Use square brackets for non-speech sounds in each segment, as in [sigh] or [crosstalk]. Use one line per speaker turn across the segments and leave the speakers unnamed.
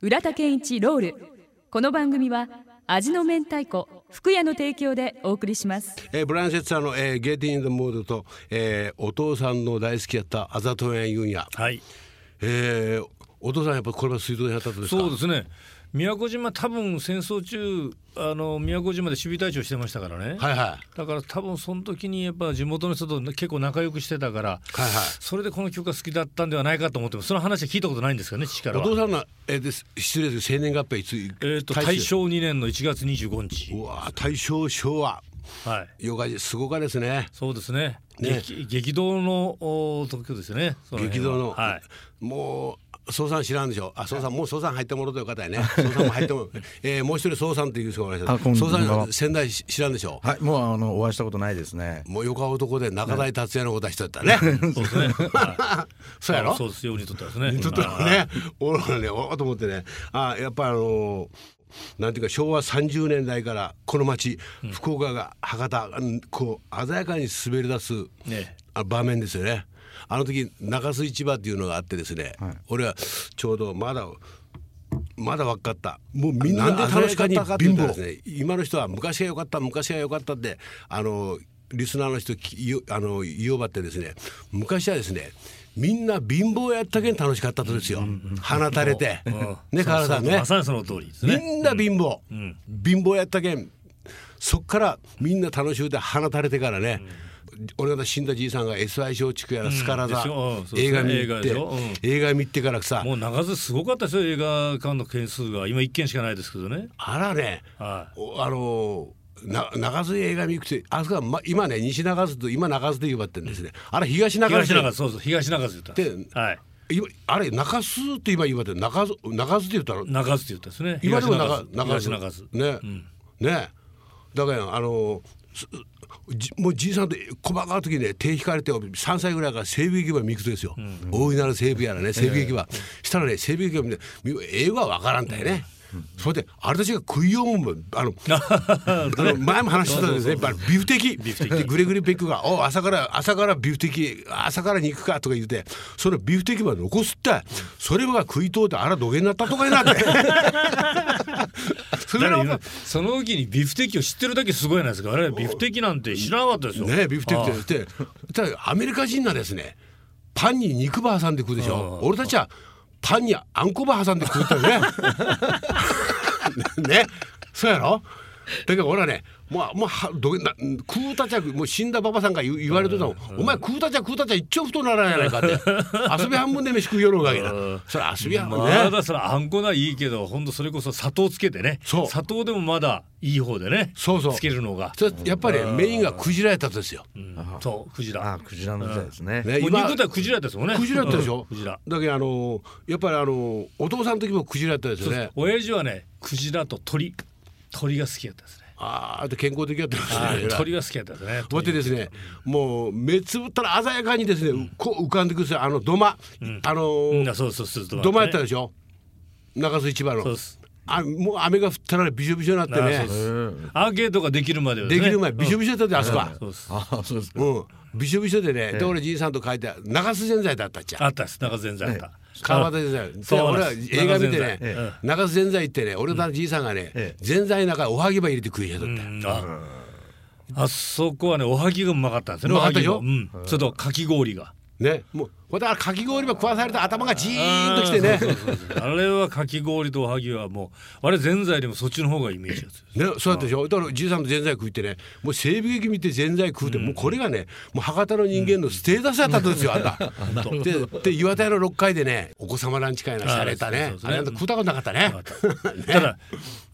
浦田健一ロールこの番組は味の明太子福屋の提供でお送りします
えーブランシェットさんの、えーゲーティン・イン・ザ・モードと、えーお父さんの大好きやったあざとやゆんや、
はい
えーお父さんやっぱこれは水道に当たったんですか
そうですね宮古島多分戦争中あの宮古島で守備隊長してましたからね、
はいはい
だから多分その時にやっぱ地元の人と結構仲良くしてたから、
はいはい
それでこの曲が好きだったんではないかと思ってますその話は聞いたことないんですけどね父から
お
は
父さんの、えーです失礼です生年月日いつ
えー、と大正2年の1月25日
うわー大正昭和
はい
よがすごかですね
そうですね
ね
激激動のお東京ですねそ
激
辺は
動の、
はい
もう総さん知らんでしょあ総さんもう総さん入ってもろうとよかったよね [laughs] 総さんも入ってもろう、えー、もう一人総さんっていう人がいま
あ
し
こ
た
ん
総さ
こんばん
ん
は
仙台し知らんでしょ
はい、もうあのお会いしたことないですね。
もう横男で中台達也のことは人やった
[laughs]
ね
そうですね、
[laughs]
は
そうやろ
い、そうですようにとってはですね
ちょっと
[laughs]
ね、俺はね、おーと思ってね、あやっぱあのーなんていうか昭和30年代からこの町、福岡が博多うんこう鮮やかに滑り出す、
ね
あ場面ですよねあの時中洲市場っていうのがあってですね、俺はちょうどまだまだ若かったもうみんな
なんで楽しかったかって言
鮮
っ
やか
た
らに貧乏ですね今の人は昔が良かった昔が良かったってあのリスナーの人きよあの言おうばってですね昔はですねみんな貧乏やったけん楽しかったとですよ、放たれて、ね川原さんね
まさにその通りですね
みんな貧乏、貧乏やったけんそっからみんな楽しゅうて放たれてからね、俺が死んだじいさんが SI 松竹やらスカラ
で
座
しょうん、そうですね
映画見に行って
映画でしょうん
映画見てからさ
もう長津すごかったですよ映画館の件数が今一件しかないですけどね
あらね、
は
おあのーな中津映画見に行くてあそこは、ま、今ね西中津と今中津で呼ばれてるんですね、あれ東中津
東中津そうそう東中津言ったんです
で
はい
今あれ中津って今言われてる中津中津って言ったら
中津って言ったんですね
今でも
東
中中
東中津
ね、ねだからあのすじもうじいさんって細かい時ね手引かれて3歳ぐらいから西武駅場に行くとですよ、大いなる西武やらね西武駅場、したらね西武駅場で英語はわからんだよね、それであれたちが食いようもんあのあの前も話してたんですねやっぱりビフテキでグレグレペックが「お朝から朝からビフテキ朝から肉か」とか言うてそのビフテキまで残すってそれが食いとうてあら土下になったとかになってそ
だ
れ
から
は
今その時にビフテキを知ってるだけすごいじゃないですかあれビフテキなんて知らなかったですよ
ねビフテ
はい
キってでただアメリカ人がですねパンに肉ば挟んで食うでしょ俺たちはパンにあんこば挟んで食うってねねそうやろだけど俺はねもうもうはどな食うたちゃもう死んだ馬場さんが言う言われてたもん「お前食うたちゃ食うたちゃ一丁太ならんやないか」って遊び半分で飯食いよろうがけなそれ遊び半分ね、
まだそれあんこないいけどほんとそれこそ砂糖つけてね
そう
砂糖でもまだいい方でね
そうそう
つけるのが
それやっぱりねメインがクジラやったんですよ、
そうクジ
あ
ラ
クジラの時代ですね。
ね
もう
今
肉だクジラですもんね
クジラやったでし
うん [laughs]
ょ、
クジラ
だけどあのやっぱりあのお父さんの時もクジラやったですよね
親父はねクジラと鳥鳥が好きやったですね
ああと健康的やってましたね。
鳥が好きやったですね
こうやってですね、もう目つぶったら鮮やかにですね、こう浮かんでくるんですよあの土間、あの
うん
ー
あそうそうそう
土間やった
ね
でしょ。中洲市場の
そうです
あもう雨が降ったらびしょびしょになって
あそう
ね
え
す
ー
アーケードができるまでは
で
ね
きる前びしょびしょだったであそこは
そうです
あそうですか。
うんびしょびしょでねで俺じいさんと書いて中洲ぜんざいだったっちゃ
あったです中全然あった
川端ぜんざ
そ
い
なん
うで俺
で
は
す
映画見てね
中洲ぜんざいえ
中洲ぜんざい行ってね俺のじいさんがね
え
ぜんざいの中におはぎば入れて食いやとった
うんああそこはねおはぎがうまかったんですよね
うまかったでしょ
おはぎもうんそれとかき氷が
ねもうこれだからかき氷ば食わされた頭がじーんときてね
そうそうそうあれはかき氷とおはぎはもうあれぜんざいでもそっちの方がイメージです
ね、そうやったでしょだからじいさんとぜんざい食いってねもう西部劇見てぜんざい食うって、もうこれがねもう博多の人間のステータスやったんですよ、あん
[laughs]
た。でで岩田屋の6階でねお子様ランチ会なしゃれた
あそ
ね
うそうそ
あ
う
れあんた食うたことなかった [laughs] ね。
ただ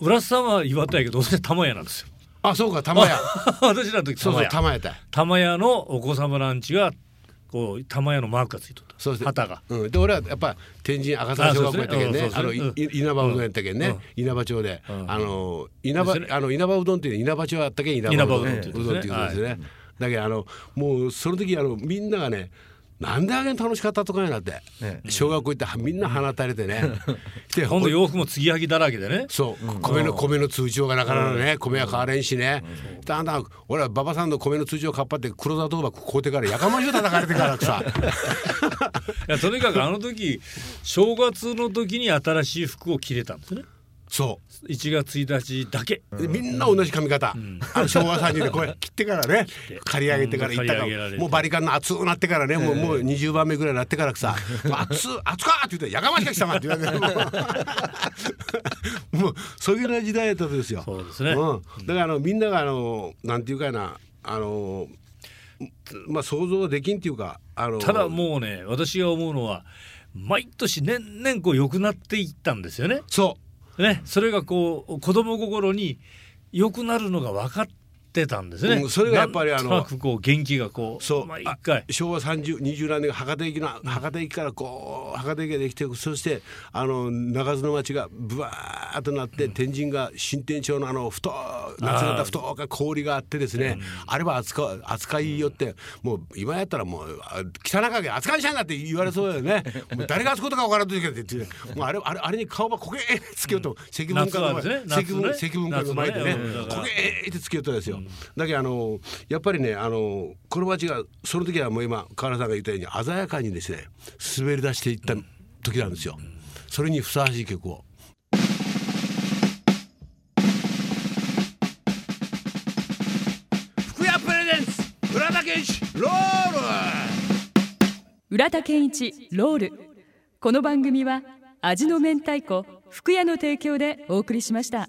浦瀬さんは岩手やけど私は玉屋なんですよ [laughs]
あそうか玉屋
私らの時
そ
玉
うそう
屋
玉屋だ
玉屋のお子様ランチがこう玉屋のマークがついとった
そうです
旗が
うん、で俺はやっぱ天神赤沢小学校やったけんねあ
あそう
の
ですねうんそうですね
い稲葉うどんやったけんね、稲葉町で、あの稲葉、
ですね
あの稲葉うどんっていう稲葉町やったけん稲葉うどん
稲葉うどんってい
う
うことですね
どんっていうことですね、だけどあのもうその時あのみんながねなんであげん楽しかったとかになって、
え
小学校行ってはみんな放たれてねで
今度洋服も継ぎはぎだらけでね
[laughs] そう、米の米の通帳がなかなかね、米は買われんしね、だんだん俺は馬場さんの米の通帳をかっぱって黒田倒幕買うてからやかましを叩かれてから [laughs] さ
いやとにかくあの時正月の時に新しい服を着れたんですね
そ
1月1日だけ
うでみんな同じ髪型、あの昭和30年これ切ってからね刈り上げてから行ったか
うん刈り上げら
ら、
れて
もうバリカンの熱くなってからねもうもう20番目ぐらいにな
[laughs]
ってからさ「熱っ熱か!」って言って「やかましが貴様!」って言われて
[laughs]
もうもうそういうような時代だったんですよ。
そうですね、
うん、だからあのみんながあのなんていうかなあのまあ想像できんっていうかあの
ただもうね私が思うのは毎年年々こう良くなっていったんですよね
そ
ねそれがこう子供心に良くなるのが分かってたんですね、
うんそれがやっぱり
なん
あの
となくこう元気がこう
うそう
毎
あ
回
昭和30 20何年が博多駅の博多駅からこう博多駅ができてそしてあの中津の町がブワーッとなって、天神が新天町のあの太夏型太か氷があってですねあれは扱う扱いよって、もう今やったらもうあ汚かけ扱いしたんだって言われそうだよねもう誰が扱うことか分からんといけないって言ってもうあれあれあれに顔ばこけーつけようと積分
夏
か
はで
の
すね
前積分
夏ね
積分かの前でね
夏のねうんだから
こけえーってつけよったですよ、だけどあのやっぱりねあのこの町がその時はもう今河原さんが言ったように鮮やかにですね滑り出していった時なんですよ、それにふさわしい曲を福屋プレゼンツ村田健一ロール
浦田健一ロールこの番組は味の明太子福屋の提供でお送りしました